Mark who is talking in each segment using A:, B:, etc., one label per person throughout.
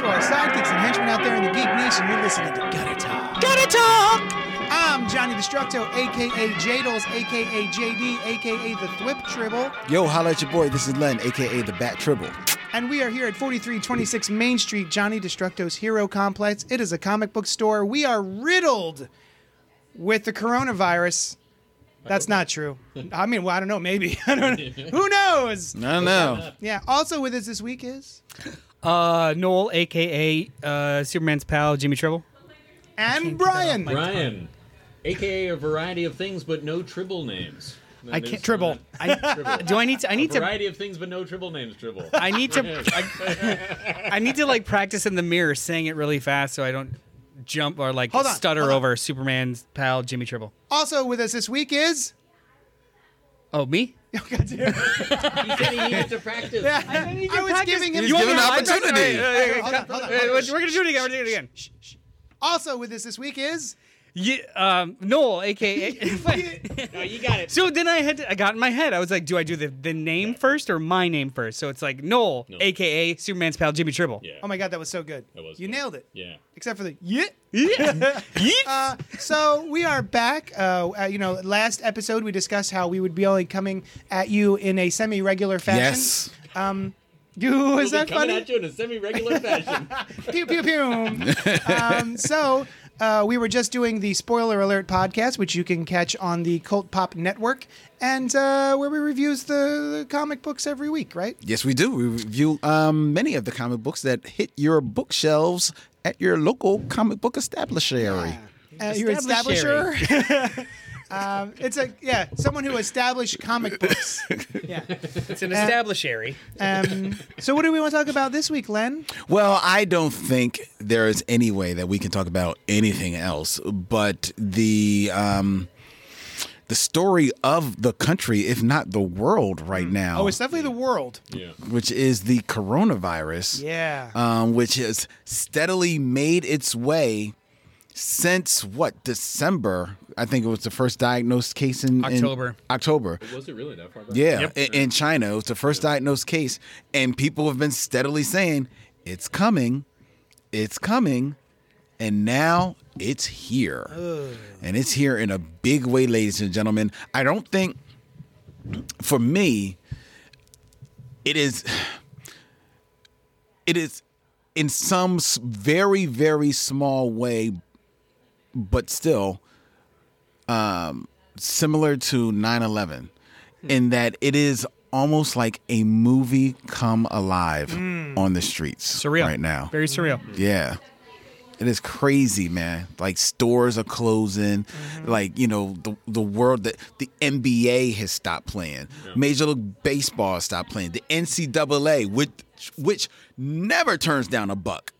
A: sidekicks and henchmen out there in the Geek Nation. You're listening to Gutter Talk.
B: Gotta talk!
A: I'm Johnny Destructo, aka Jadles, aka JD, aka the Thwip Tribble,
C: Yo, holla at your boy. This is Len, aka the Bat Tribble.
A: and we are here at 4326 Main Street, Johnny Destructo's Hero Complex. It is a comic book store. We are riddled with the coronavirus. That's not true. I mean, well, I don't know. Maybe I don't. Know. Who knows?
C: No, no.
A: Yeah. Also with us this week is
B: Uh, Noel, aka uh, Superman's pal, Jimmy Tribble.
A: and Brian.
D: Brian, aka a variety of things but no tribble names.
B: I can't Tribble. I,
D: tribble.
B: do I need to? I need to.
D: variety of things but no tribble names. Tribble.
B: I need to. I, I need to like practice in the mirror saying it really fast so I don't jump or like
A: Hold on,
B: stutter
A: hold on.
B: over Superman's pal, Jimmy Tribble.
A: Also with us this week is.
B: Oh, me?
A: Oh, God damn.
D: he said he needed to practice.
A: I, was giving him
C: He's given an
B: Hold on, hold on,
C: opportunity.
B: hey, hey,
A: Hold on, hold on,
B: hey,
A: hold on.
B: We're gonna do it again. We're gonna do it again.
A: Also with us this week is
B: Yeah, um, Noel, aka.
A: oh
D: No, you got it.
B: So then I had to, I got in my head. I was like, do I do the, the name first or my name first? So it's like Noel,
D: Noel.
B: aka Superman's pal Jimmy Tribble.
D: Yeah.
A: Oh my god, that was so good.
D: That was
A: you
D: good.
A: nailed it.
D: Yeah.
A: Except for the yeah.
B: Yeah.
A: Uh, so we are back. Uh, uh, you know, last episode we discussed how we would be only coming at you in a semi-regular fashion.
C: Yes.
A: You is
D: We'll
A: that
D: be coming
A: funny?
D: at you in a semi-regular fashion.
A: pew pew pew. um, so uh, we were just doing the spoiler alert podcast, which you can catch on the Cult Pop Network, and uh, where we reviews the, the comic books every week, right?
C: Yes, we do. We review um, many of the comic books that hit your bookshelves at your local comic book establishery.
A: Uh, your
B: Establisher.
A: establisher. um, it's a yeah, someone who established comic books. Yeah.
B: It's an establishery.
A: Um, so what do we want to talk about this week, Len?
C: Well, I don't think there is any way that we can talk about anything else but the um, the story of the country, if not the world, right now,
A: Oh, it's definitely the world.
D: yeah.
C: which is the coronavirus.
A: Yeah.
C: um, which has steadily made its way since what December? I think it was the first diagnosed case in in
B: October.
C: October.
D: Was it really that far back?
C: Yeah, i- in, China, it was the first diagnosed case, and people have been steadily saying it's coming, it's coming, and now it's here, and it's here in a big way, ladies and gentlemen. I don't think, for me, it is, it is, in some s- very very small way, but still um, similar to 9-11 in that it is almost like a movie come alive on the streets
B: Surreal.
C: right now
B: Very surreal.
C: yeah it is crazy man like stores are closing
B: Mm-hmm.
C: like you know the, the world that the nba has stopped playing major league baseball has stopped playing the ncaa which which never turns down a buck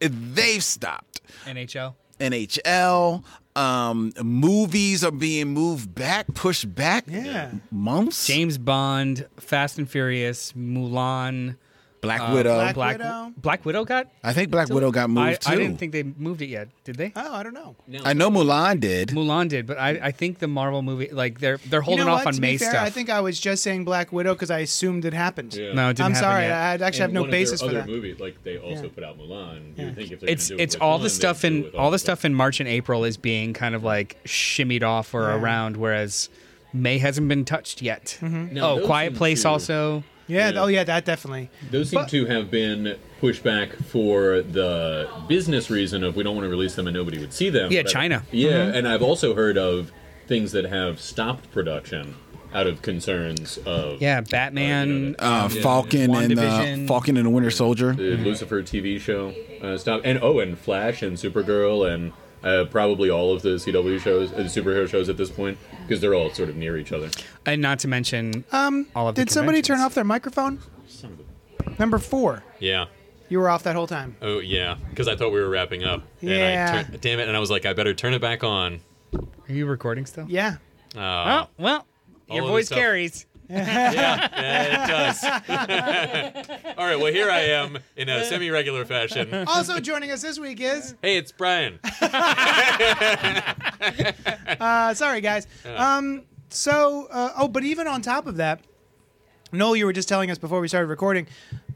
C: If they've stopped
B: NHL.
C: NHL. Um, movies are being moved back, pushed back.
A: Yeah.
C: months.
B: James Bond, Fast and Furious, Mulan,
C: Black Widow.
A: Black-
B: Uh, Black
A: Widow.
B: Black Widow got.
C: I think Black Widow got moved too.
B: I, I didn't think they moved it yet. Did they?
A: oh, I don't know.
D: No,
C: I know Mulan did.
B: Mulan did, but I, I think the Marvel movie like they're they're
A: You
B: holding
A: know
B: off
A: what?
B: on
A: To
B: May
A: be fair,
B: stuff.
A: I think I was just saying Black Widow because I assumed it happened.
D: Yeah.
B: no, it didn't
A: I'm
B: happen
A: sorry.
B: yet.
A: I I'd actually
D: And
A: have no
D: one of their
A: basis for
D: other
A: that.
D: Movie, like they also
A: Yeah.
D: put out Mulan. You would think if they're
B: it's
D: gonna do it
B: it's
D: with
B: all
D: Mulan,
B: the
D: they'd
B: stuff
D: do it
B: in
D: with
B: all the stuff in March and April is being kind of like shimmied off or around, whereas May hasn't been touched yet.
A: Mm-hmm.
D: Now,
B: oh,
D: those
B: Quiet
D: seem
B: Place
D: to-
B: also.
A: Yeah.
D: Yeah.
A: Oh, yeah. That definitely.
D: Those seem to have been pushed back for the business reason of we don't want to release them and nobody would see them.
B: Yeah,
D: But-
B: China. Mm-hmm.
D: Yeah, and I've also heard of things that have stopped production out of concerns of
B: Yeah, Batman.
C: uh, Falcon and uh,
B: WandaVision.
C: Falcon and the Winter Soldier.
D: the Lucifer TV show uh, stop and oh, and Flash and Supergirl and uh, probably all of the CW shows, uh, superhero shows at this point, because they're all sort of near each other.
B: and not to mention
A: Um,
B: all of the
A: did somebody turn
B: conventions.
A: off their microphone? Number four.
D: Yeah.
A: You were off that whole time.
D: Oh yeah, because I thought we were wrapping up.
A: Yeah.
D: And I tur- damn it! And I was like, I better turn it back on.
B: Are you recording still?
A: Yeah.
B: Oh well, your
D: of the
B: voice
D: stuff-
B: carries.
D: Yeah, it does. All right, well, here I am in a semi regular fashion.
A: Also joining us this week is
D: Hey, it's Brian.
A: uh, sorry guys. Um, so uh, oh, but even on top of that, Noel, you were just telling us before we started recording,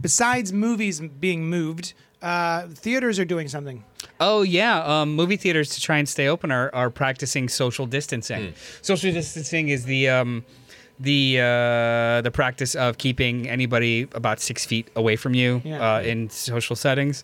A: besides movies being moved, uh, theaters are doing something.
B: Oh yeah, um, movie theaters to try and stay open are, are practicing social
D: Hmm.
B: distancing. Social distancing is the um, the uh, the practice of keeping anybody about six feet away from you
A: Yeah. Mm-hmm.
B: uh, in social settings.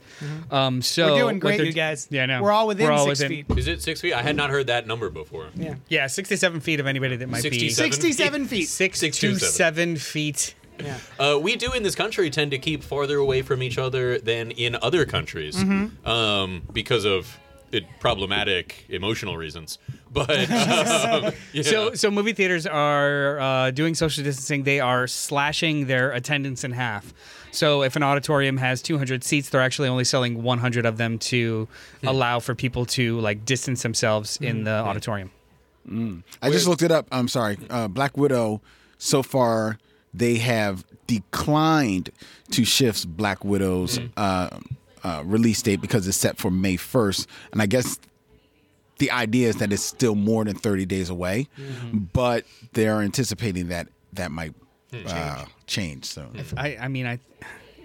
B: Um, so
A: We're doing
B: what
A: great,
B: they're-
A: you guys.
B: Yeah, I know.
A: We're all within six feet.
D: Is it six feet? I had not heard that number before.
A: Yeah.
B: Yeah, sixty-seven feet of anybody that might
D: Sixty-seven.
A: 67
B: be
A: feet.
B: six,
D: Six
B: to
D: to seven.
B: seven feet.
A: Yeah.
D: Uh, we do in this country tend to keep farther away from each other than in other countries
B: Mm-hmm.
D: um, because of it, problematic emotional reasons. But um, yeah.
B: So, so movie theaters are uh, doing social distancing. They are slashing their attendance in half. So, if an auditorium has 200 seats, they're actually only selling 100 of them to
D: Hmm.
B: allow for people to like distance themselves in the auditorium.
C: I just looked it up. I'm sorry. Uh, Black Widow, so far, they have declined to shift Black Widow's
B: Mm.
C: uh, uh, release date because it's set for May 1st. And I guess the idea is that it's still more than 30 days away,
B: Mm-hmm.
C: but they're anticipating that that might
B: Hmm.
C: uh, change. So
B: I, I mean, I.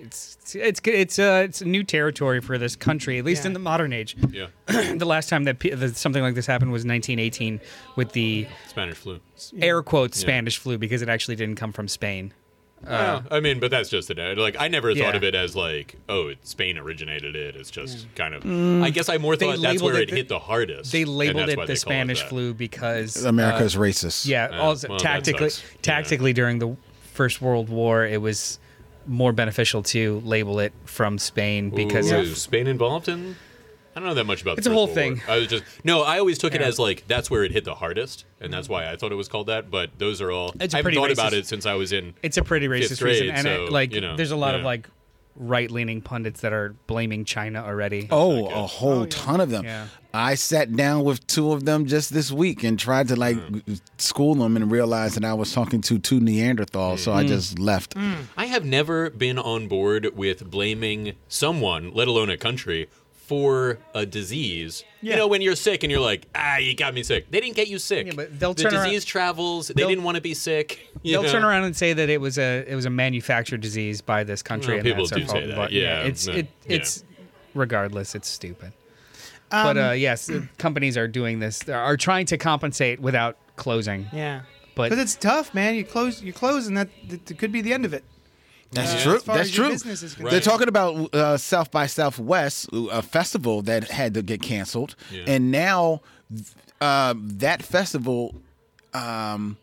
B: It's it's it's uh, it's new territory for this country, at least
A: Yeah.
B: in the modern age.
D: yeah,
B: the last time that, pe- that something like this happened was 1918 with the
D: Spanish flu.
B: air quotes Spanish flu because it actually didn't come from Spain.
D: Well, I mean, but that's just it. Uh, Like I never
B: Uh, Yeah.
D: thought of it as like, oh, it, Spain originated it. It's just kind of. I guess I more
B: Mm. They
D: thought that's
B: labeled
D: where
B: it
D: it,
B: the-
D: hit the hardest.
B: They
D: and
B: labeled
D: that's
B: it
D: why
B: the
D: they call it
B: Spanish
D: that.
B: flu because
C: America's racist.
B: Hmm. Uh, Yeah,
D: Yeah,
B: also
D: well, that
B: tactically,
D: sucks. Yeah.
B: tactically during the First World War, it was more beneficial to label it from Spain because
D: Ooh,
B: of-
D: is Spain involved in? I don't know that much about.
B: It's
D: the
B: a
D: First
B: whole
D: World War.
B: thing.
D: I was just no. I always took it
B: Yeah.
D: as like that's where it hit the hardest, and that's why I thought it was called that. But those are all.
B: It's a
D: I haven't
B: pretty
D: thought about
B: racist-
D: it since I was in.
B: it's a pretty racist
D: Fifth grade,
B: reason, and it,
D: so,
B: like
D: you know,
B: there's a lot of
D: yeah.
B: like right leaning pundits that are blaming China already.
C: Oh,
D: Okay.
C: a whole ton of them.
B: Yeah.
C: I sat down with two of them just this week and tried to like g- school them and realized that I was talking to two Neanderthals, so I just left.
A: Mm.
D: I have never been on board with blaming someone, let alone a country, for a disease.
A: Yeah.
D: You know, when you're sick and you're like, ah, you got me sick. They didn't get you sick.
B: Yeah, but they'll
D: the
B: turn around-
D: disease travels. They
B: they'll-
D: didn't want to be sick. you
B: They'll
D: know?
B: turn around and say that it was a it was a manufactured disease by this country.
D: Well,
B: and
D: people
B: that's our
D: do say
B: fault,
D: that,
B: But
D: yeah,
B: it's
D: no,
B: it,
D: yeah.
B: it's regardless, it's stupid. but uh, yes, companies are doing this. They are trying to compensate without closing.
A: Yeah.
B: But-
A: Because it's tough, man. You close, you close, and that, that, that could be the end of it.
C: That's
A: Yeah.
C: true.
A: As far
C: That's
A: as your
C: true.
A: business is
D: Right.
C: They're talking about uh, South by Southwest, a festival that had to get canceled,
D: Yeah.
C: and now th- uh, that festival, um,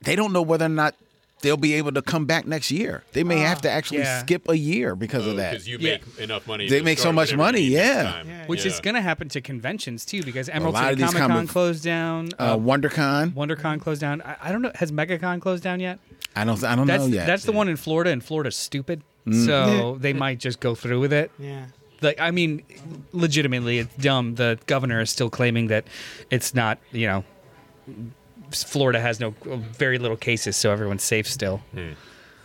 C: they don't know whether or not they'll be able to come back next year. They may
A: Ah,
C: have to actually
B: yeah.
C: skip a year because of that.
D: Because you
B: Yeah.
D: make enough money.
C: They
D: to
C: make so
D: start
C: much
D: whatever
C: money,
D: you need next
C: yeah.
D: time.
A: Yeah.
B: which is
D: Yeah.
B: going to happen to conventions too because Emerald
C: lot
B: City
C: of these
B: Comic Con
C: comic-
B: closed down,
C: uh,
B: uh,
C: WonderCon,
B: WonderCon closed down. I, I don't know. Has MegaCon closed down yet?
C: I don't, I don't
B: That's
C: know yet. Mm.
B: that's the one in Florida, and Florida's stupid, so they might just go through with it.
A: Yeah.
B: Like I mean, legitimately, it's dumb. The governor is still claiming that it's not. You know, Florida has no uh, very little cases, so everyone's safe still.
C: Hmm.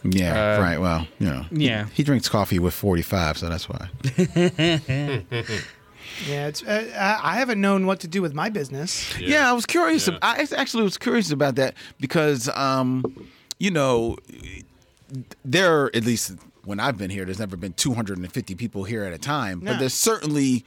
C: Yeah, right. Well, you know.
B: uh, yeah.
C: He drinks coffee with 45, so that's why.
A: Yeah. It's, uh, I I haven't known what to do with my business.
C: Yeah, I was curious. ab- I ac- actually was curious about that because, um, you know, there at least when I've been here, there's never been 250 people here at a time,
A: No.
C: but there certainly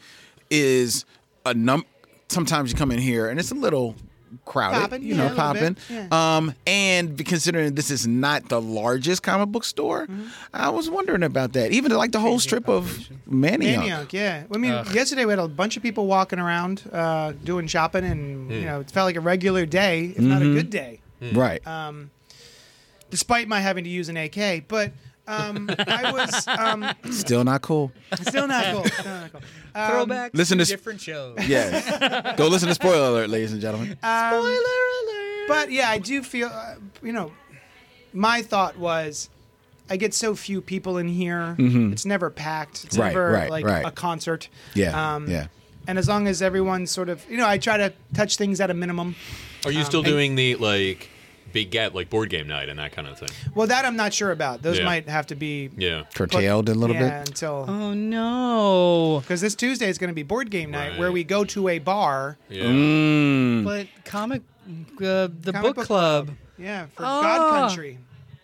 C: is a num. Sometimes you come in here and it's a little crowded,
A: Poppin',
C: you
A: yeah,
C: know,
A: a little bit,
C: popping.
A: yeah.
C: Um, and considering this is not the largest comic book store,
A: Mm-hmm.
C: I was wondering about that. Even like the whole strip of Manioc.
A: Antioch, yeah. I mean, yesterday we had a bunch of people walking around uh, doing shopping, and you know, it felt like a regular day, if
C: Mm-hmm.
A: not a good day,
C: right?
A: Um, despite my having to use an AK. But um, I was um,
C: Still not cool.
A: still not cool. Still not cool. Um,
B: Throwback.
C: listen to to sp-
B: different shows.
C: Yes. Go listen to spoiler alert, ladies and gentlemen.
A: But yeah, I do feel, uh, you know, my thought was I get so few people in here. It's never packed. It's
C: Mm-hmm. Right,
A: never
C: right,
A: like
C: right.
A: a concert.
C: Yeah,
A: um,
C: yeah.
A: And as long as everyone sort of, you know, I try to touch things at a minimum.
D: Are
C: Um,
D: you still doing the like big get like board game night and that kind of thing?
A: Well, that I'm not sure about. Those
D: Yeah.
A: might have to be
D: Yeah.
C: Curtailed a little
A: yeah,
C: bit.
A: until
B: Oh no!
A: because this Tuesday is going to be board game night where
D: Right.
A: we go to a bar.
D: Yeah.
C: Hmm.
B: But comic, uh, the
A: Comic
B: book,
A: book
B: club.
A: Yeah, for
B: Ah.
A: God Country.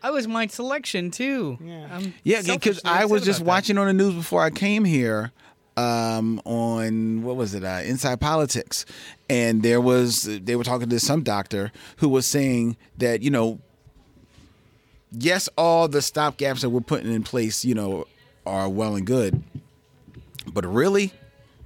B: I was my selection too.
A: Yeah.
B: I'm
C: Yeah, because
B: selfishly
C: I was
B: upset
C: just
B: about that.
C: watching on the news before I came here um, on what was it? Uh, Inside Politics, and there was they were talking to some doctor who was saying that you know, yes, all the stopgaps that we're putting in place, you know, are well and good, but really,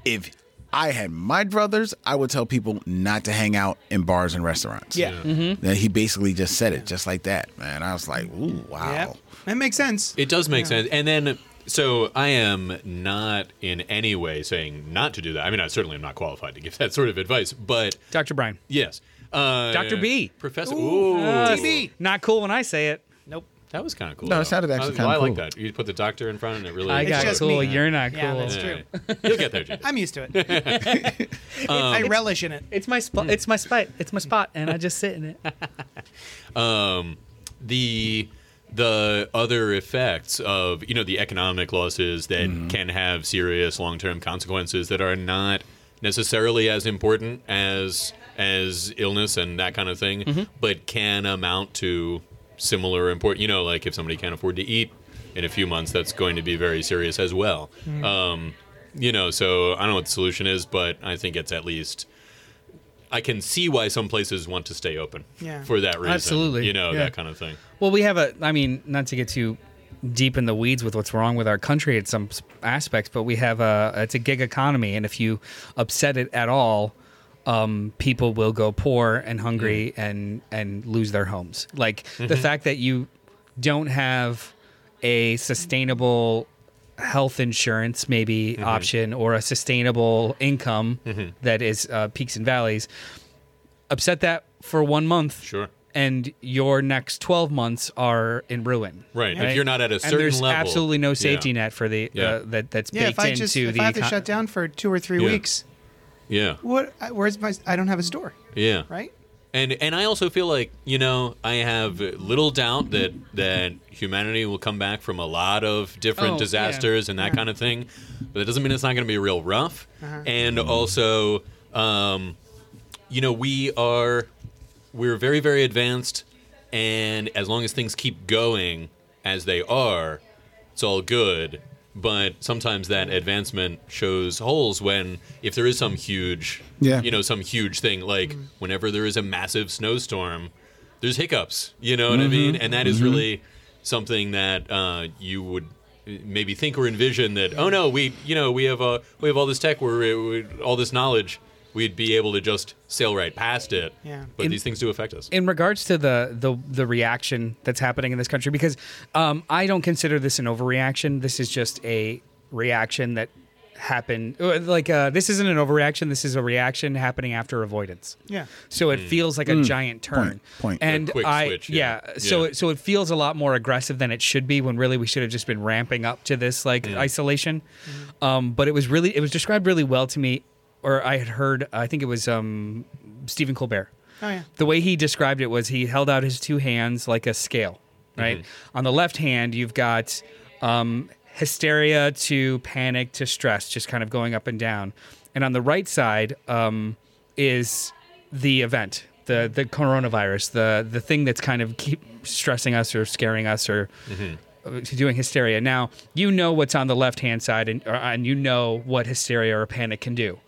C: if I had my brothers, I would tell people not to hang out in bars and restaurants.
A: Yeah.
C: Then he basically just said it just like that, man. I was like, ooh, wow.
A: Yeah. That makes sense.
D: It does make sense. And then, so I am not in any way saying not to do that. I mean, I certainly am not qualified to give that sort of advice, but
B: Dr. Brian.
D: yes. Uh,
B: Dr. B.
D: Professor.
A: Ooh.
D: Ooh.
B: Uh,
A: TB.
B: Not cool when I say it.
A: Nope.
D: That was kind of cool.
C: No, it
D: though.
C: sounded actually
D: I-
C: kinda
D: I like
C: cool.
D: that. You put the doctor in front and it really.
B: I got
A: just
B: cool.
A: me.
B: You're not cool.
A: Yeah, that's true.
D: Yeah. You'll get there, Jay.
A: I'm used to it. I
D: Um,
A: relish in it.
B: It's my spot. It's my spot. It's my spot, and I just sit in it.
D: the the other effects of you know the economic losses that can have serious long term consequences that are not necessarily as important as as illness and that kind of thing, but can amount to similar important. You know, like if somebody can't afford to eat in a few months, that's going to be very serious as well. Um, you know, so I don't know what the solution is, but I think it's at least. I can see why some places want to stay open
A: Yeah.
D: for that reason.
B: Absolutely.
D: You know,
B: Yeah.
D: that kind of thing.
B: Well, we have a. I mean, not to get too deep in the weeds with what's wrong with our country at some s- aspects, but we have a. It's a gig economy, and if you upset it at all, um, people will go poor and hungry and and lose their homes. Like
D: Mm-hmm.
B: the fact that you don't have a sustainable health insurance maybe
D: Mm-hmm.
B: option or a sustainable income that is uh, peaks and valleys upset that for one month
D: Sure.
B: and your next 12 months are in ruin.
D: Right. If you're not at a certain
B: and there's
D: level.
B: absolutely no
D: Yeah.
B: safety net for the
D: Yeah.
B: uh, that that's
A: Yeah,
B: baked
A: if I
B: into
A: just
B: the
A: if I have to
B: econ-
A: shut down for two or three
D: Yeah.
A: weeks,
D: Yeah.
A: what? I- Where's my? I don't have a store,
D: Yeah.
A: right?
D: And and I also feel like, you know, I have little doubt that that humanity will come back from a lot of different
B: Oh,
D: disasters and that kind of thing. But that doesn't mean it's not going to be real rough. And also um you know, we are we're very very advanced and as long as things keep going as they are, it's all good. But sometimes that advancement shows holes when, if there is some huge,
C: Yeah.
D: you know, some huge thing, like whenever there is a massive snowstorm, there's hiccups, you know what I mean? And that is really something that uh, you would maybe think or envision that, oh no, we, you know, we have, uh, we have all this tech, we're, uh, we, all this knowledge, we'd be able to just sail right past it.
A: Yeah.
D: But
B: In-
D: these things do affect us.
B: in regards to the the the reaction that's happening in this country because um, I don't consider this an overreaction. This is just a reaction that happened uh, like uh, this isn't an overreaction. This is a reaction happening after avoidance.
A: Yeah.
B: So
D: Hmm.
B: it feels like a giant turn.
C: Point, point.
B: And
D: A quick
B: I
D: switch,
B: yeah.
D: yeah.
B: So
D: Yeah.
B: it so it feels a lot more aggressive than it should be when really we should have just been ramping up to this like isolation. Um, but it was really it was described really well to me or I had heard I think it was um, Stephen Colbert.
A: Oh yeah.
B: The way he described it was he held out his two hands like a scale, right? On the left hand, you've got um, hysteria to panic to stress, just kind of going up and down. And on the right side um, is the event, the the coronavirus, the the thing that's kind of keep stressing us or scaring us or to doing hysteria. Now you know what's on the left hand side, and or, and you know what hysteria or panic can do,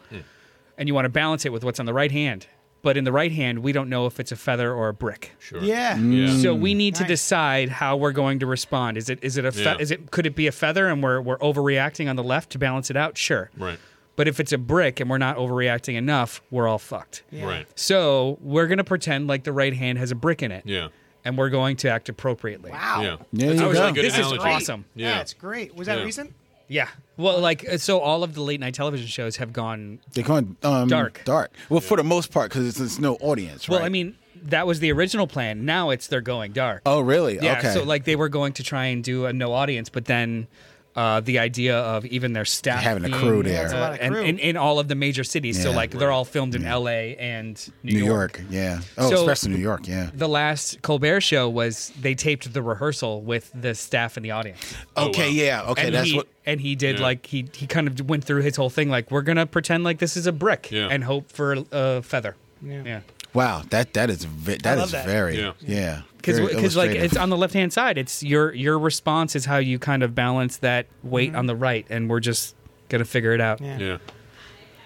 B: and you want to balance it with what's on the right hand. But in the right hand, we don't know if it's a feather or a brick.
D: Sure.
A: Yeah.
D: Yeah.
B: So we need to
A: Nice.
B: decide how we're going to respond. Is it is it a fe-
D: Yeah.
B: is it could it be a feather and we're we're overreacting on the left to balance it out? Sure.
D: Right.
B: But if it's a brick and we're not overreacting enough, we're all fucked.
D: Right.
B: So we're gonna pretend like the right hand has a brick in it,
D: Yeah.
B: and we're going to act appropriately.
A: Wow.
D: Yeah.
C: There
D: That's
C: you
D: a really
C: go.
D: good
B: This is
D: analogy.
B: awesome.
A: Yeah.
D: Yeah.
A: That's great. Was that
D: Yeah.
A: recent?
B: Yeah. Well, like uh, so, all of the late night television shows have gone.
C: They call it um,
B: Dark.
C: Dark. Well, for the most part, because it's, it's no audience, right?
B: Well, I mean, that was the original plan. Now it's they're going dark.
C: Oh, really?
B: Yeah,
C: okay.
B: so like they were going to try and do a no audience, but then uh, the idea of even their staff
C: Having a
B: being,
C: crew
B: uh,
C: there.
A: That's a lot of
B: and
A: crew.
B: in, in all of the major cities, so
C: Yeah.
B: like they're all filmed in L.A. and New,
C: New York. Yeah. Oh,
B: So-
C: especially New York. Yeah.
B: The last Colbert show was they taped the rehearsal with the staff and the audience,
C: okay.
D: wow.
C: Yeah. Okay.
B: Oh, and
C: that's
B: he
C: what.
B: and he did
D: Yeah.
B: like he he kind of went through his whole thing like we're gonna pretend like this is a brick
D: Yeah.
B: and hope for a feather.
A: Yeah.
B: yeah.
C: Wow, that that is ve- that
A: love
C: is
A: that.
C: very
D: Yeah.
C: yeah. yeah very
B: because like
C: illustrative.
B: it's on the left hand side it's your your response is how you kind of balance that weight on the right and we're just gonna figure it out
A: Mm-hmm. Yeah.
D: Yeah.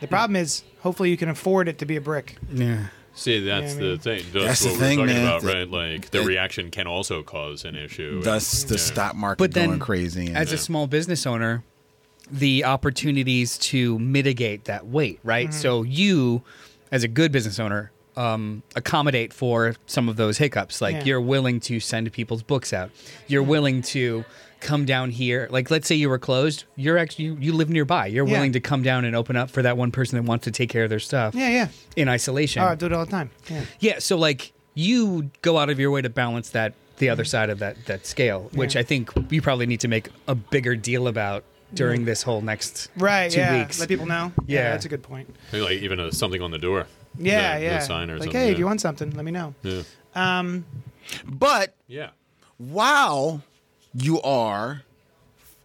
A: The problem is, hopefully, you can afford it to be a brick.
B: yeah
D: See, that's
A: I
D: the
A: mean-
D: thing. That's,
C: That's the
D: what
C: thing,
D: we're talking
C: man.
D: about,
C: That-
D: right? Like the
C: that-
D: reaction can also cause an issue.
C: thus the stock market
B: but then
C: going crazy. and-
B: as a small business owner the opportunities to mitigate that weight right
A: Mm-hmm.
B: so you as a good business owner um, accommodate for some of those hiccups like
A: Yeah. Mm-hmm.
B: you're willing to send people's books out you're willing to come down here like let's say you were closed you're actually you, you live nearby you're
A: Yeah.
B: willing to come down and open up for that one person that wants to take care of their stuff
A: Yeah, yeah.
B: in isolation
A: Oh, I do it all the time. Yeah.
B: yeah, so like you go out of your way to balance that the other side of that that scale, which
A: Mm. Yeah.
B: I think you probably need to make a bigger deal about during this whole next
A: Right.
B: two
A: yeah.
B: weeks.
A: Let people know.
B: Yeah.
A: that's a good point.
D: Maybe, like even a, something on the door.
A: Yeah,
D: The- the
A: yeah.
D: sign or
A: like,
D: something.
A: hey,
D: yeah.
A: if you want something, let me know.
D: Yeah.
C: but
D: Yeah.
C: while you are,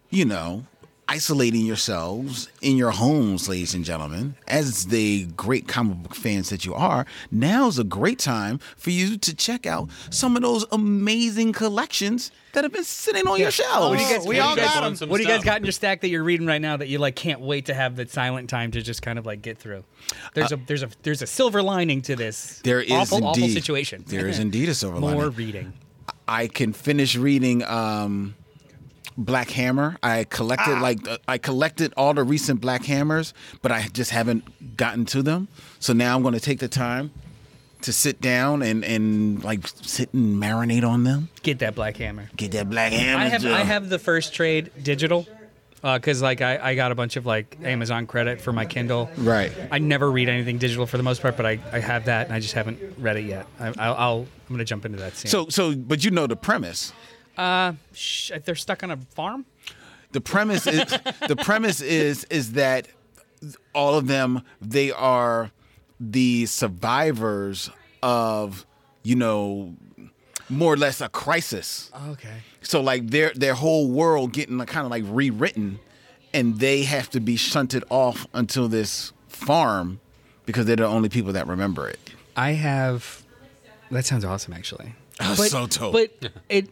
C: you know, isolating yourselves in your homes, ladies and gentlemen, as the great comic book fans that you are, now's a great time for you to check out some of those amazing collections that have been sitting on your shelves.
A: Oh, you guys- we
D: What
A: all
D: do you guys
A: got
D: want
A: 'em.
D: some
B: what do you guys
D: stuff?
B: got in your stack that you're reading right now that you like can't wait to have the silent time to just kind of like get through? There's a there's a there's a silver lining to this
C: Uh, There is
B: awful
C: indeed,
B: awful situation.
C: There is indeed a silver
B: more
C: lining.
B: reading.
C: I can finish reading um, Black Hammer. I collected
B: Ah.
C: like the- I collected all the recent Black Hammers, but I just haven't gotten to them. So now I'm going to take the time to sit down and and like sit and marinate on them.
B: Get that black hammer.
C: Get that Black Hammer.
B: I have
C: Joe.
B: I have the first trade digital because like I, I got a bunch of like Amazon credit for my Kindle.
C: Right.
B: I never read anything digital for the most part, but I, I have that and I just haven't read it yet. I, I'll, I'll I'm gonna jump into that soon.
C: So so, but you know the premise.
B: Shh, they're stuck on a farm.
C: The premise is the premise is is that all of them they are the survivors of you know more or less a crisis.
B: Okay.
C: So like their their whole world getting kind of like rewritten, and they have to be shunted off until this farm because they're the only people that remember it.
B: I have. That sounds awesome, actually.
C: That's so dope.
B: But it.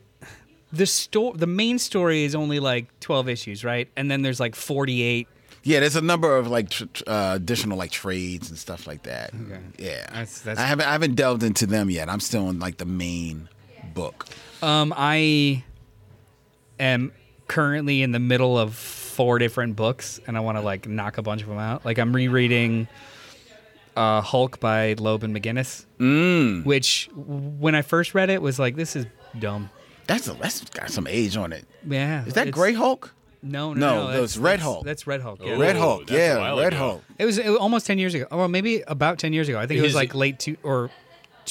B: The sto- the main story is only like 12 issues, right? And then there's like 48.
C: Yeah, there's a number of like tr- tr- uh, additional like trades and stuff like that. Yeah,
B: That's- that's-
C: I haven't I haven't delved into them yet. I'm still in like the main book.
B: Um, I am currently in the middle of four different books, and I want to like knock a bunch of them out. Like I'm rereading uh, Hulk by Loeb and McGinnis, mm. which w- when I first read it was like, this is dumb.
C: That's a, that's got some age on it.
B: Yeah,
C: Is that
B: it's-
C: Gray Hulk?
B: No,
C: No,
B: no, no,
C: no, it's Red Hulk. Oh.
B: That's Red Hulk. Yeah.
D: Ooh,
C: Red Hulk,
D: that's a
C: yeah,
D: while
C: Red
D: ago.
C: Hulk.
B: It was, it was almost 10 years ago. Oh, well, maybe about 10 years ago. I think it was
D: Is
B: like
D: it-
B: late two or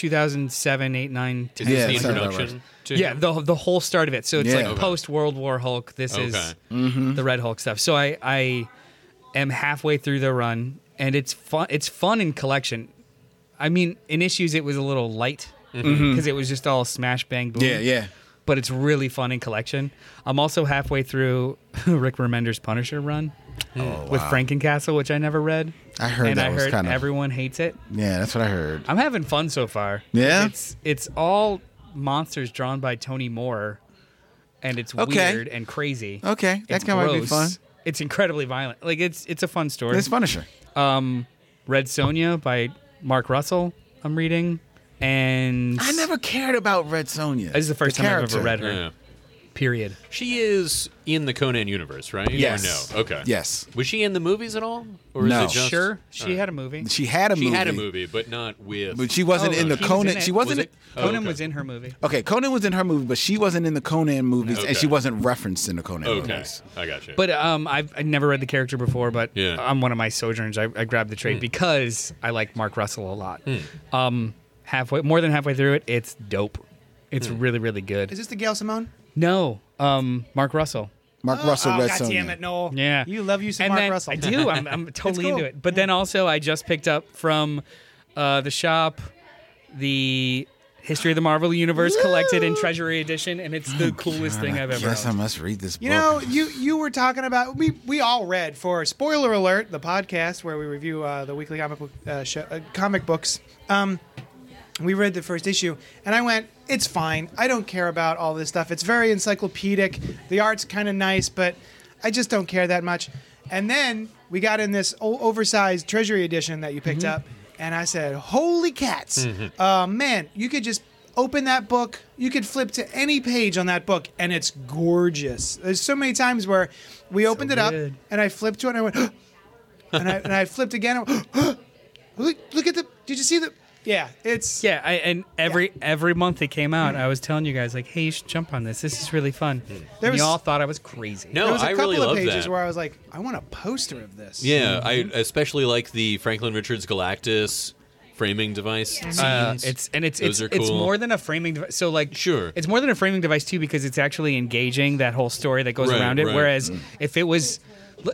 B: 2007, 8, 9, 10.
D: Is this
C: Yeah,
D: the
C: that sounds about
D: introduction? To
B: Yeah, the the whole start of it. So it's
C: Yeah.
B: like
C: Okay. Mm-hmm.
B: post World War Hulk. This
D: Okay.
B: is the Red Hulk stuff. So I I am halfway through the run, and it's fun. It's fun in collection. I mean, in issues it was a little light because it was just all smash bang boom.
C: Mm-hmm. Yeah, yeah.
B: But it's really fun in collection. I'm also halfway through Rick Remender's Punisher run with Frankencastle, which I never read.
C: I Oh, heard
B: and
C: that
B: I
C: was
B: heard
C: kind of-
B: everyone hates it.
C: Yeah, that's what I heard.
B: I'm having fun so far.
C: Yeah?
B: It's it's all monsters drawn by Tony Moore and it's
C: Okay.
B: weird and crazy.
C: Okay, that
B: It's
C: kinda might be
B: gross.
C: fun.
B: It's incredibly violent. Like it's it's a fun story. Um,
C: It's Punisher.
B: Red Sonia by Mark Russell I'm reading and
C: I never cared about Red Sonja.
B: This is the first time I've ever read her.
D: Yeah.
B: Period.
D: She is in the Conan universe, right?
C: Yes.
D: Or no? Okay.
C: Yes.
D: Was she in the movies at all? Or
C: No.
D: is it just
B: Sure. She had a movie.
C: She had a
D: She
C: movie.
D: had a movie, but not with
C: But she wasn't
B: Oh,
C: in the
B: she was
C: Conan.
B: in it.
C: she
B: Was
C: wasn't.
D: it? Oh,
B: Conan
D: okay.
B: was in her movie.
C: Okay, Conan was in her movie, but she wasn't in the Conan movies,
D: Okay.
C: and she wasn't referenced in the Conan
D: Okay.
C: movies.
D: I got you.
B: But um, I've I never read the character before, but
D: Yeah.
B: on one of my sojourns, I, I grabbed the trade because I like Mark Russell a lot. Um, halfway, more than halfway through it, it's dope. It's really, really good.
A: Is this the Gail Simone?
B: no, um, Mark Russell.
C: Mark Russell,
A: oh,
C: Red
A: God
C: Sonja.
A: damn it, Noel.
B: Yeah,
A: You love you some
B: And
A: Mark
B: then-
A: Russell.
B: I do. I'm, I'm totally
A: cool.
B: into it. But then also, I just picked up from uh, the shop the History of the Marvel Universe collected in Treasury Edition, and it's the coolest thing I've ever.
C: Yes, I
B: owned.
C: must read this book.
A: You know, you you were talking about we we all read for spoiler alert the podcast where we review uh, the weekly comic book uh, show, uh, comic books. Um, we read the first issue and i went it's fine i don't care about all this stuff it's very encyclopedic the art's kind of nice but i just don't care that much and then we got in this o- oversized treasury edition that you picked up and i said holy cats uh, man you could just open that book you could flip to any page on that book and it's gorgeous there's so many times where we opened it up
B: good.
A: and i flipped to it and i went and, I, and i flipped again and I went, look, look at the did you see the yeah it's
B: Yeah, I, and every every month it came out, I was telling you guys like, "Hey, you should jump on this. This is really fun."
A: There
B: and
A: was-
B: you all thought I was crazy.
D: Hmm. No,
A: There was a
D: I
A: couple
D: really
A: of
D: love
A: pages
D: that.
A: where I Mm-hmm. was like, I want a poster of this.
D: yeah, I especially like the Franklin Richards Galactus framing device.
B: Uh,
D: scenes.
B: it's and it's it's,
D: Those are
B: it's
D: cool.
B: more than a framing device. So like,
D: Sure.
B: it's more than a framing device too because it's actually engaging that whole story that goes
D: Right,
B: around it.
D: right. Hmm.
B: Whereas if it was,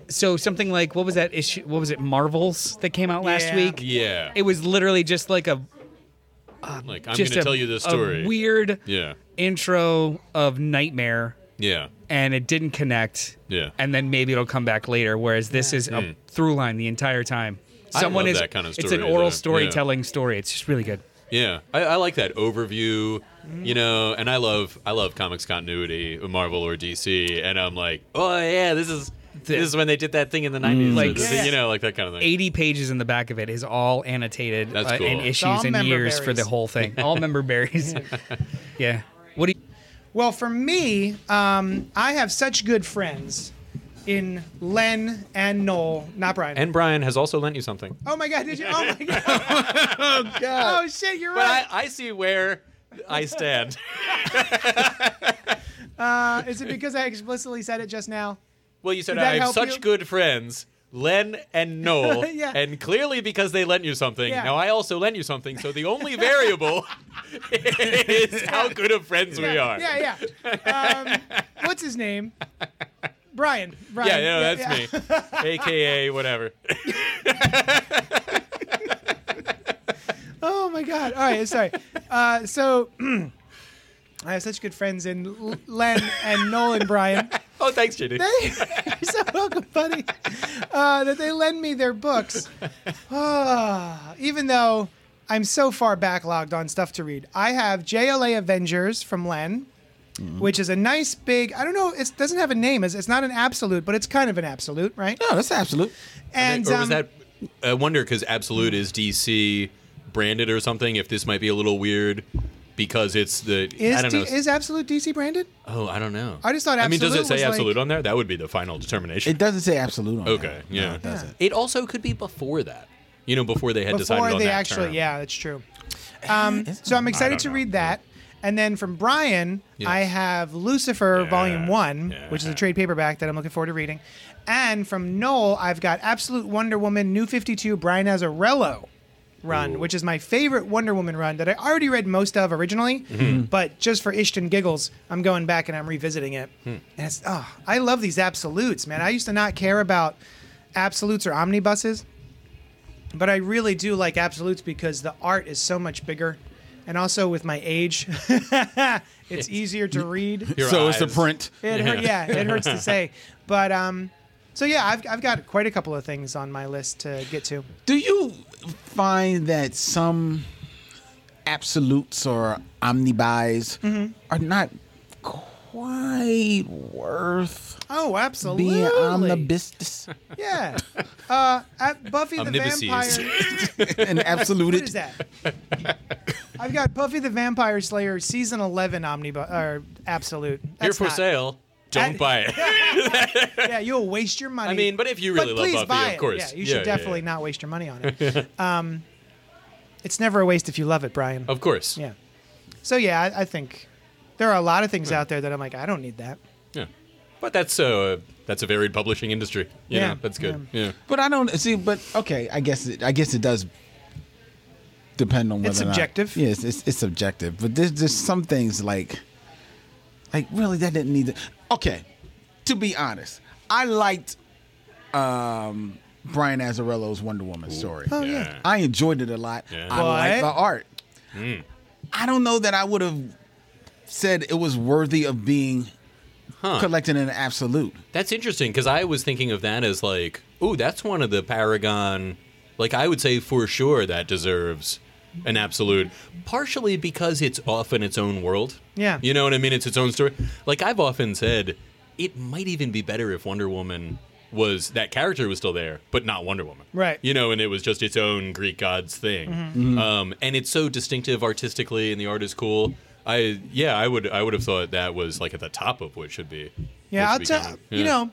B: so something like what was that issue? What was it? Marvels that came out last
A: Yeah.
B: week.
D: yeah.
B: It was literally just like a
D: like I'm going
B: just
D: to
B: a-
D: tell you this
B: a
D: story.
B: weird
D: yeah.
B: intro of nightmare
D: Yeah.
B: and it didn't connect.
D: Yeah. Hmm.
B: And then maybe it'll come back later. Whereas this is a through line the entire time.
D: I
B: Someone
D: love
B: is
D: that kind of
B: it's
D: story,
B: an
D: though.
B: oral
D: Yeah.
B: storytelling story. It's just really good.
D: Yeah, I, I like that overview,
A: Mm-hmm.
D: you know, and I love I love comics continuity, Marvel or DC, and I'm like, oh yeah, this is this is when they did that thing in the '90s, or
B: Like-
D: this-
A: Mm. Yeah.
D: you know, like that kind of thing.
B: 80 pages in the back of it is all annotated
D: That's
B: uh,
D: cool.
B: and
D: It's
B: issues
A: all
B: and
A: member
B: years for the
A: berries.
B: whole thing. All member berries. yeah. What do you
A: Well, for me, um, I have such good friends in Len and Noel, not Brian.
D: And Brian has also lent you something,
A: oh my God! Did you? Oh my God! oh God! Oh shit! You're
D: but
A: right.
D: I, I see where I stand.
A: Uh, is it because I explicitly said it just now?
D: well, you said
A: Did that
D: I have
A: help
D: such
A: you?
D: good friends. Len and Noel,
A: Yeah.
D: and clearly because they lent you something.
A: Yeah.
D: Now I also lent you something, so the only variable is how good of friends we are.
A: Yeah, yeah. Um, what's his name? Brian. Brian.
D: Yeah, no, that's me. AKA whatever.
A: Oh my god! All right, sorry. Uh, so I have such good friends in L- Len and Noel and Brian.
D: Oh, thanks, JD.
A: Hey, You're so welcome, buddy. Uh, that they lend me their books. Ah, even though I'm so far backlogged on stuff to read, I have JLA Avengers from Len,
D: Mm-hmm.
A: which is a nice big. I don't know. It doesn't have a name. It's, it's not an absolute, but it's kind of an absolute, right?
C: No, that's absolute.
A: And
D: or
A: um,
D: was that? I wonder because Absolute is DC branded or something. If this might be a little weird because it's the I
A: is,
D: don't
A: D-
D: know.
A: is absolute DC branded?
D: oh, I don't know.
A: I just thought
D: I mean, does
A: Absolute
D: it say
A: was like-
D: Absolute on there? That would be the final determination.
C: It doesn't say absolute on it.
D: okay, yeah.
C: No, it doesn't.
D: It also could be before that. You know, before they had
A: before
D: decided on
A: they
D: that
A: actually
D: term.
A: yeah that's true um, so i'm excited
D: Eh, don't
A: to
D: know.
A: read that and then from brian i have lucifer volume one which is a
D: Yeah.
A: trade paperback that i'm looking forward to reading and from noel i've got absolute wonder woman new 52 brian azarello run which is my favorite wonder woman run that i already read most of originally
D: Mm-hmm.
A: but just for ishton giggles i'm going back and i'm revisiting it
D: Hmm.
A: and it's oh i love these absolutes man i used to not care about absolutes or omnibuses but I really do like absolutes because the art is so much bigger, and also with my age, it's easier to read. It
D: Your
C: So it's
D: eyes.
C: the print.
A: hurt, yeah, it hurts to say, but um, so yeah, I've I've got quite a couple of things on my list to get to.
C: Do you find that some absolutes or omnibuys
A: Mm-hmm.
C: are not quite worth
A: Oh, absolutely.
C: being omnibus
A: Yeah. Uh, at Buffy the
D: Omnibuses.
A: Vampire.
C: and
A: What is
C: absoluted?
A: that? I've got Buffy the Vampire Slayer season eleven omnibus or absolute.
D: Here
A: That's
D: for
A: not-
D: sale. Don't
A: I-
D: buy it.
A: Yeah, you'll waste your money.
D: I mean, but if you really
A: but
D: love
A: please
D: Buffy,
A: buy
D: of
A: it.
D: course.
A: Yeah, you should
D: yeah, yeah.
A: definitely not waste your money on it. um, it's never a waste if you love it, Brian.
D: Of course.
A: Yeah. So yeah, I, I think there are a lot of
D: Hmm.
A: things out there that I'm like, I don't need that.
D: Yeah. But that's uh that's a varied publishing industry. You
A: Yeah.
D: know, that's good. yeah.
C: But I don't see. But okay, I guess it, I guess it does depend on whether
A: It's
C: or not-
A: subjective.
C: yes, it's, it's subjective. But there's just some things like, like really that didn't need to. Okay, to be honest, I liked um, Brian Azzarello's Wonder Woman story.
A: Oh yeah.
C: I enjoyed it a lot.
D: Yeah.
C: I like
A: But-
C: the art. I don't know that I would have said it was worthy of being collected in an absolute.
D: That's interesting because I was thinking of that as like, ooh, that's one of the Paragon. Like I would say for sure that deserves an absolute, partially because it's off in its own world.
A: Yeah.
D: You know what I mean? It's its own story. Like I've often said, it might even be better if Wonder Woman was that character was still there, but not Wonder Woman.
A: Right. Mm-hmm.
D: You know, and it was just its own Greek gods thing. Um, and it's so distinctive artistically, and the art is cool. I yeah, I would I would have thought that was like at the top of what should be.
A: Yeah, I'll
D: what should be
A: tell
D: canon.
A: you know,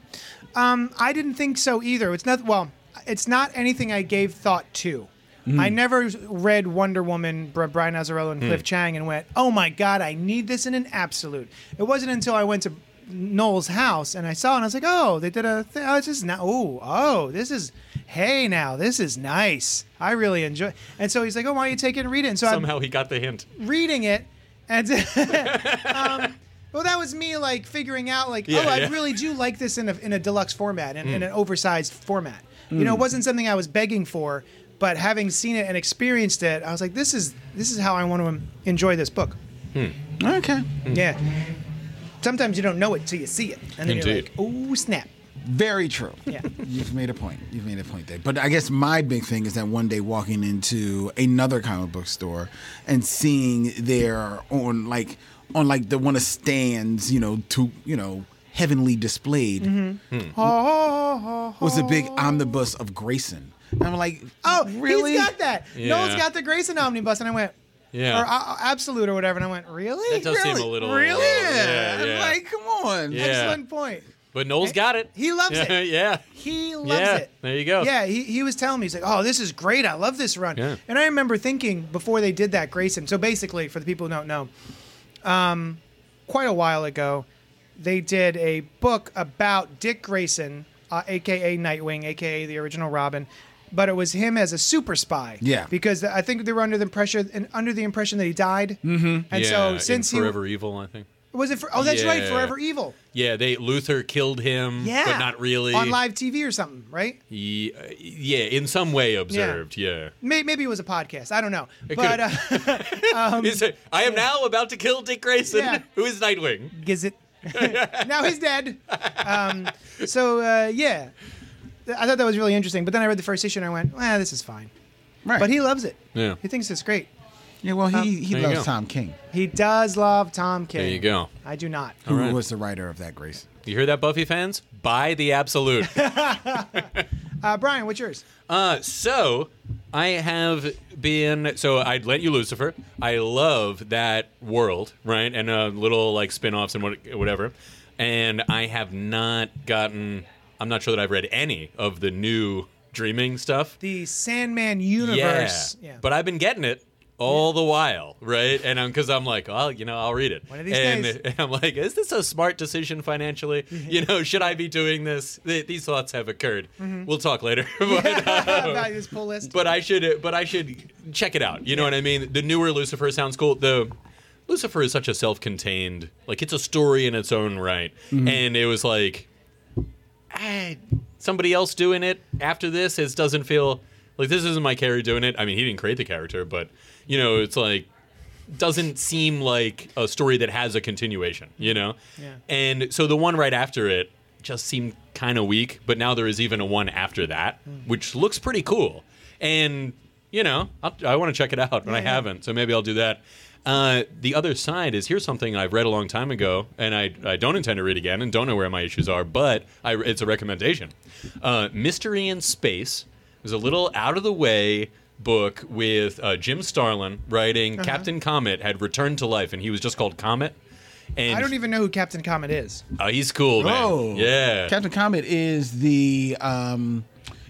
A: um, I didn't think so either. It's not well, it's not anything I gave thought to. I never read Wonder Woman, Br- Brian Azzarello and Cliff Chang, and went, "Oh my God, I need this in an absolute." It wasn't until I went to Noel's house and I saw, it and I was like, "Oh, they did a thing. Oh, this is now. Oh, oh, this is. Hey, now this is nice. I really enjoy." And so he's like, "Oh, why don't you take it and read it?" And so I'm
D: Somehow he got the hint.
A: reading it and um, well that was me like figuring out like
D: Yeah,
A: oh i
D: yeah. Hmm.
A: really do like this in a, in a deluxe format and in an oversized format you know it wasn't something i was begging for but having seen it and experienced it i was like this is this is how i want to enjoy this book
C: Okay.
D: Hmm.
A: yeah sometimes you don't know it till you see it and then
D: Indeed. Hmm.
A: you're like oh snap
C: Very true.
A: Yeah.
C: You've made a point. You've made a point there. But I guess my big thing is that one day walking into another comic book store and seeing their on like on like the one of stands, you know, to you know, heavenly displayed
A: Mm-hmm. oh,
C: was a big omnibus of Grayson. And I'm like,
A: oh
C: really?
A: he's got that noel's
D: Yeah.
A: got the grayson omnibus and i went
D: Yeah.
A: or uh, absolute or whatever and i went really
D: That does seem
C: Really?
D: a little uh,
C: really.
D: Yeah,
C: I'm
D: yeah.
C: like, come on.
D: Yeah.
A: excellent point
D: but Noel's got it.
A: he loves it
D: yeah.
A: He loves
D: Yeah,
A: it.
D: there you go.
A: Yeah, he, he was telling me, he's like, oh, this is great. I love this run.
D: Yeah.
A: And I remember thinking before they did that, Grayson. So basically, for the people who don't know, um, quite a while ago, they did a book about Dick Grayson, uh, aka Nightwing, aka the original Robin. But it was him as a super spy.
C: Yeah.
A: Because I think they were under the impression and under the impression that he died. Mm-hmm. And
D: Yeah,
A: so
D: in
A: since he
D: Forever Evil, I think.
A: was it for, oh that's right
D: Yeah.
A: Forever Evil.
D: Yeah, they Luther killed him,
A: Yeah.
D: but not really.
A: on live TV or something, right?
D: Ye- uh, yeah, in some way observed. Yeah,
A: May- Maybe it was a podcast. I don't know. but
D: could've-
A: uh,
D: It's a- I am now about to kill Dick Grayson,
A: Yeah.
D: who is Nightwing.
A: Gizit. now he's dead. Um, so uh, yeah, Th- I thought that was really interesting. But then I read the first issue and I went, "Ah, this is fine."
C: Right.
A: But he loves it.
D: Yeah.
A: He thinks it's great.
C: Yeah, well, he, he
D: There you
C: loves
D: go.
C: Tom King,
A: He does love Tom King.
D: There you go.
A: I do not.
C: who
D: right.
C: was the writer of that Grayson.
D: You hear that, Buffy fans? Buy the absolute.
A: Uh, Brian, what's yours?
D: Uh, so I have been. So I'd lent you Lucifer. I love that world, right? And uh, little like spin-offs and what, whatever. And I have not gotten. I'm not sure that I've read any of the new Dreaming stuff.
A: The Sandman universe.
D: Yeah. But I've been getting it all the while, right? And I'm because I'm like, oh, you know, I'll read it.
A: One of these
D: and,
A: days.
D: and I'm like, is this a smart decision financially? you know, should I be doing this? Th- these thoughts have occurred.
A: Mm-hmm.
D: We'll talk later. but, uh,
A: about this pull list.
D: but I should uh, but I should check it out. You know what I mean? The newer Lucifer sounds cool. The Lucifer is such a self-contained, like it's a story in its own right. And it was like ah, somebody else doing it after this it doesn't feel like this isn't my Carrie doing it. I mean, he didn't create the character, but you know, it's like doesn't seem like a story that has a continuation, you know?
A: Yeah.
D: And so the one right after it just seemed kind of weak, but now there is even a one after that, which looks pretty cool. And, you know, I'll, I want to check it out, but I
A: Yeah, yeah.
D: haven't, so maybe I'll do that. Uh, the other side is here's something I've read a long time ago, and I, I don't intend to read again and don't know where my issues are, but I, it's a recommendation. Uh, Mystery in Space is a little out of the way book with uh, Jim Starlin writing Captain Comet had returned to life, and he was just called Comet. And
A: I don't e-, even know who Captain Comet is.
D: Oh, he's cool, man.
C: Oh,
D: yeah.
C: Captain Comet is the um,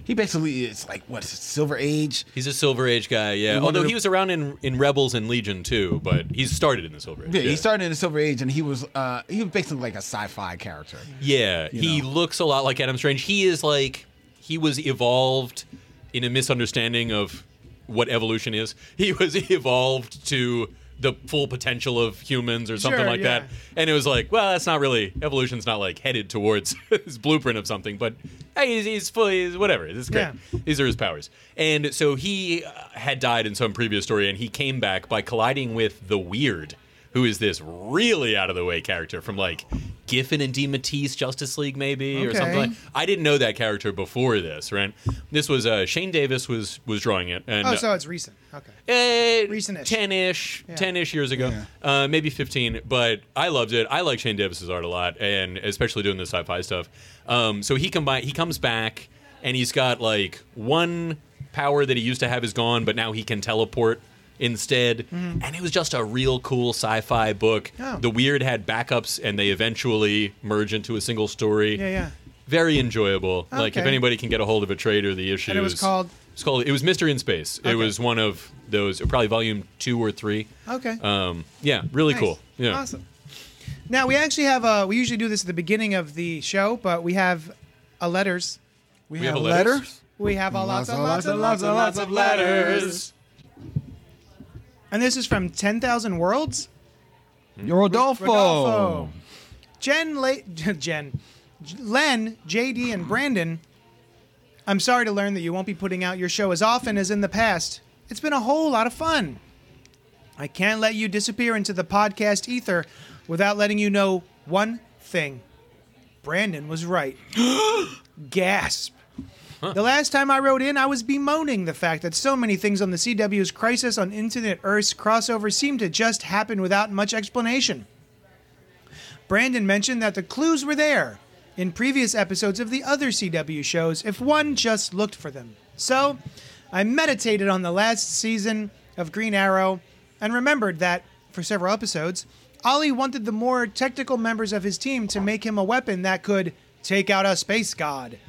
C: he basically is like what Silver Age.
D: He's a Silver Age guy, yeah.
C: We wanted
D: Although
C: to-
D: he was around in, in Rebels and Legion too, but he started in the Silver Age.
C: Yeah, he started in the Silver Age, and he was uh, he was basically like a sci-fi character.
D: Yeah, he
C: know.
D: looks a lot like Adam Strange. He is like he was evolved in a misunderstanding of what evolution is. He was evolved to the full potential of humans or something
A: Sure,
D: like
A: yeah.
D: that. And it was like, well, that's not really evolution's not like headed towards his blueprint of something, but hey, he's, he's fully he's whatever. It's great.
A: Yeah.
D: These are his powers. And so he uh, had died in some previous story, and he came back by colliding with the weird, who is this really out of the way character from like Giffen and D. Matisse Justice League, maybe or
A: Okay.
D: something. like I didn't know that character before this, right? This was uh, Shane Davis was was drawing it, and
A: Oh, so it's recent. Okay.
D: Eh,
A: Recent-ish.
D: 10-ish, 10-ish years ago,
C: Yeah.
D: uh, maybe 15. But I loved it. I like Shane Davis's art a lot, and especially doing the sci-fi stuff. Um, so he combine, he comes back, and he's got like one power that he used to have is gone, but now he can teleport instead.
A: Mm-hmm.
D: And it was just a real cool sci-fi book.
A: Oh.
D: The weird had backups, and they eventually merge into a single story.
A: Yeah, yeah.
D: Very enjoyable. Like if
A: Okay.
D: anybody can get a hold of a trade or the issue.
A: And it was called-
D: It's called. It was Mystery in Space.
A: Okay.
D: It was one of those, probably volume two or three.
A: Okay.
D: Um, yeah, really
A: Nice.
D: cool. Yeah.
A: Awesome. Now we actually have uh we usually do this at the beginning of the show, but we have a letters.
C: We,
D: have
C: have,
D: a letter?
C: letter.
A: We have a lots and lots
C: Lots
A: and
C: and
A: lots and lots of
D: letters.
A: And this is from 10,000 Worlds.
C: Rodolfo.
A: Rodolfo. Jen, La- Jen, Len, JD, and Brandon. I'm sorry to learn that you won't be putting out your show as often as in the past. It's been a whole lot of fun. I can't let you disappear into the podcast ether without letting you know one thing. Brandon was right. Gasp. The last time I wrote in, I was bemoaning the fact that so many things on the CW's Crisis on Infinite Earth's crossover seem to just happen without much explanation. Brandon mentioned that the clues were there in previous episodes of the other CW shows if one just looked for them. So, I meditated on the last season of Green Arrow and remembered that, for several episodes, Ollie wanted the more technical members of his team to make him a weapon that could take out a space god.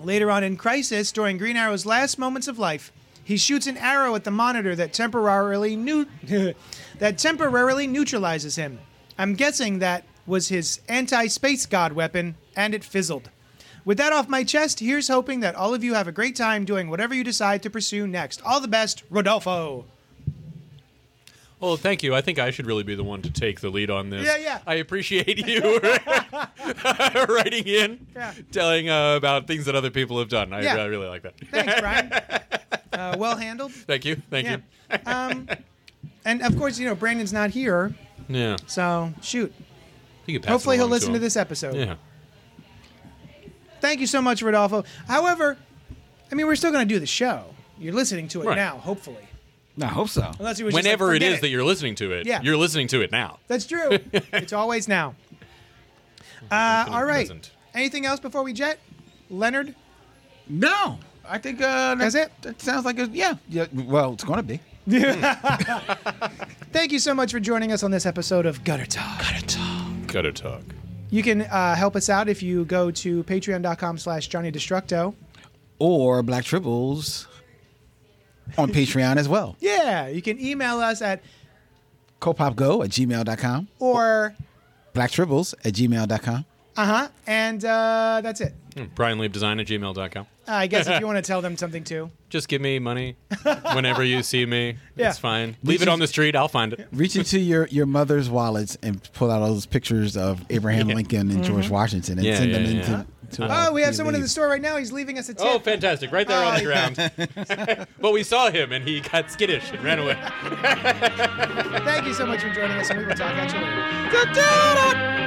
A: Later on in Crisis, during Green Arrow's last moments of life, he shoots an arrow at the monitor that temporarily neu- that temporarily neutralizes him. I'm guessing that was his anti-space god weapon, and it fizzled. With that off my chest, here's hoping that all of you have a great time doing whatever you decide to pursue next. All the best, Rodolfo.
D: Well, thank you. I think I should really be the one to take the lead on this.
A: Yeah, yeah.
D: I appreciate you writing in,
A: Yeah.
D: telling uh, about things that other people have done. I,
A: Yeah.
D: I really like that.
A: Thanks, Brian. Uh, well handled.
D: Thank you. Thank
A: Yeah. Um, and of course, you know Brandon's not here,
D: you. Yeah.
A: so shoot.
D: You can pass it
A: Hopefully, he'll
D: along
A: listen to
D: him.
A: this episode.
D: Yeah.
A: Thank you so much, Rodolfo. However, I mean, we're still going to do the show. You're listening to it
D: Right.
A: now, hopefully.
C: I hope so.
A: Unless you was just like,
D: Whenever it
A: "Forget
D: is that you're listening to it,
A: Yeah.
D: you're listening to it now.
A: That's true. it's always now. Uh, all right.
D: present.
A: Anything else before we jet? Leonard?
C: No, I think uh,
A: That's
C: that-
A: it?
C: That sounds like a yeah. yeah. Well, it's gonna be.
A: Thank you so much for joining us on this episode of Gutter Talk.
D: Gotta talk.
A: You can uh, help us out if you go to patreon.com slash Johnny Destructo.
C: Or Black Tribbles on Patreon as well.
A: Yeah, you can email us at
C: Copopgo at gmail.com.
A: or,
C: Black Tribbles at gmail.com.
A: uh-huh, and uh, that's it.
D: BrianLeapDesign Hmm. at gmail.com.
A: I guess if you want to tell them something too.
D: Just give me money whenever you see me.
A: Yeah.
D: It's fine. Leave it on the street. I'll find it.
C: Reach into your, your mother's wallets and pull out all those pictures of Abraham
D: Yeah.
C: Lincoln and George Washington and
D: Yeah,
C: send
D: yeah,
C: them
D: yeah.
C: into. To,
A: Oh, we have someone in the store right now. He's leaving us a tip.
D: Uh, Oh, fantastic. Right there on the ground. but we saw him and he got skittish and ran away.
A: Thank you so much for joining us, and we will talk at you later.
C: store.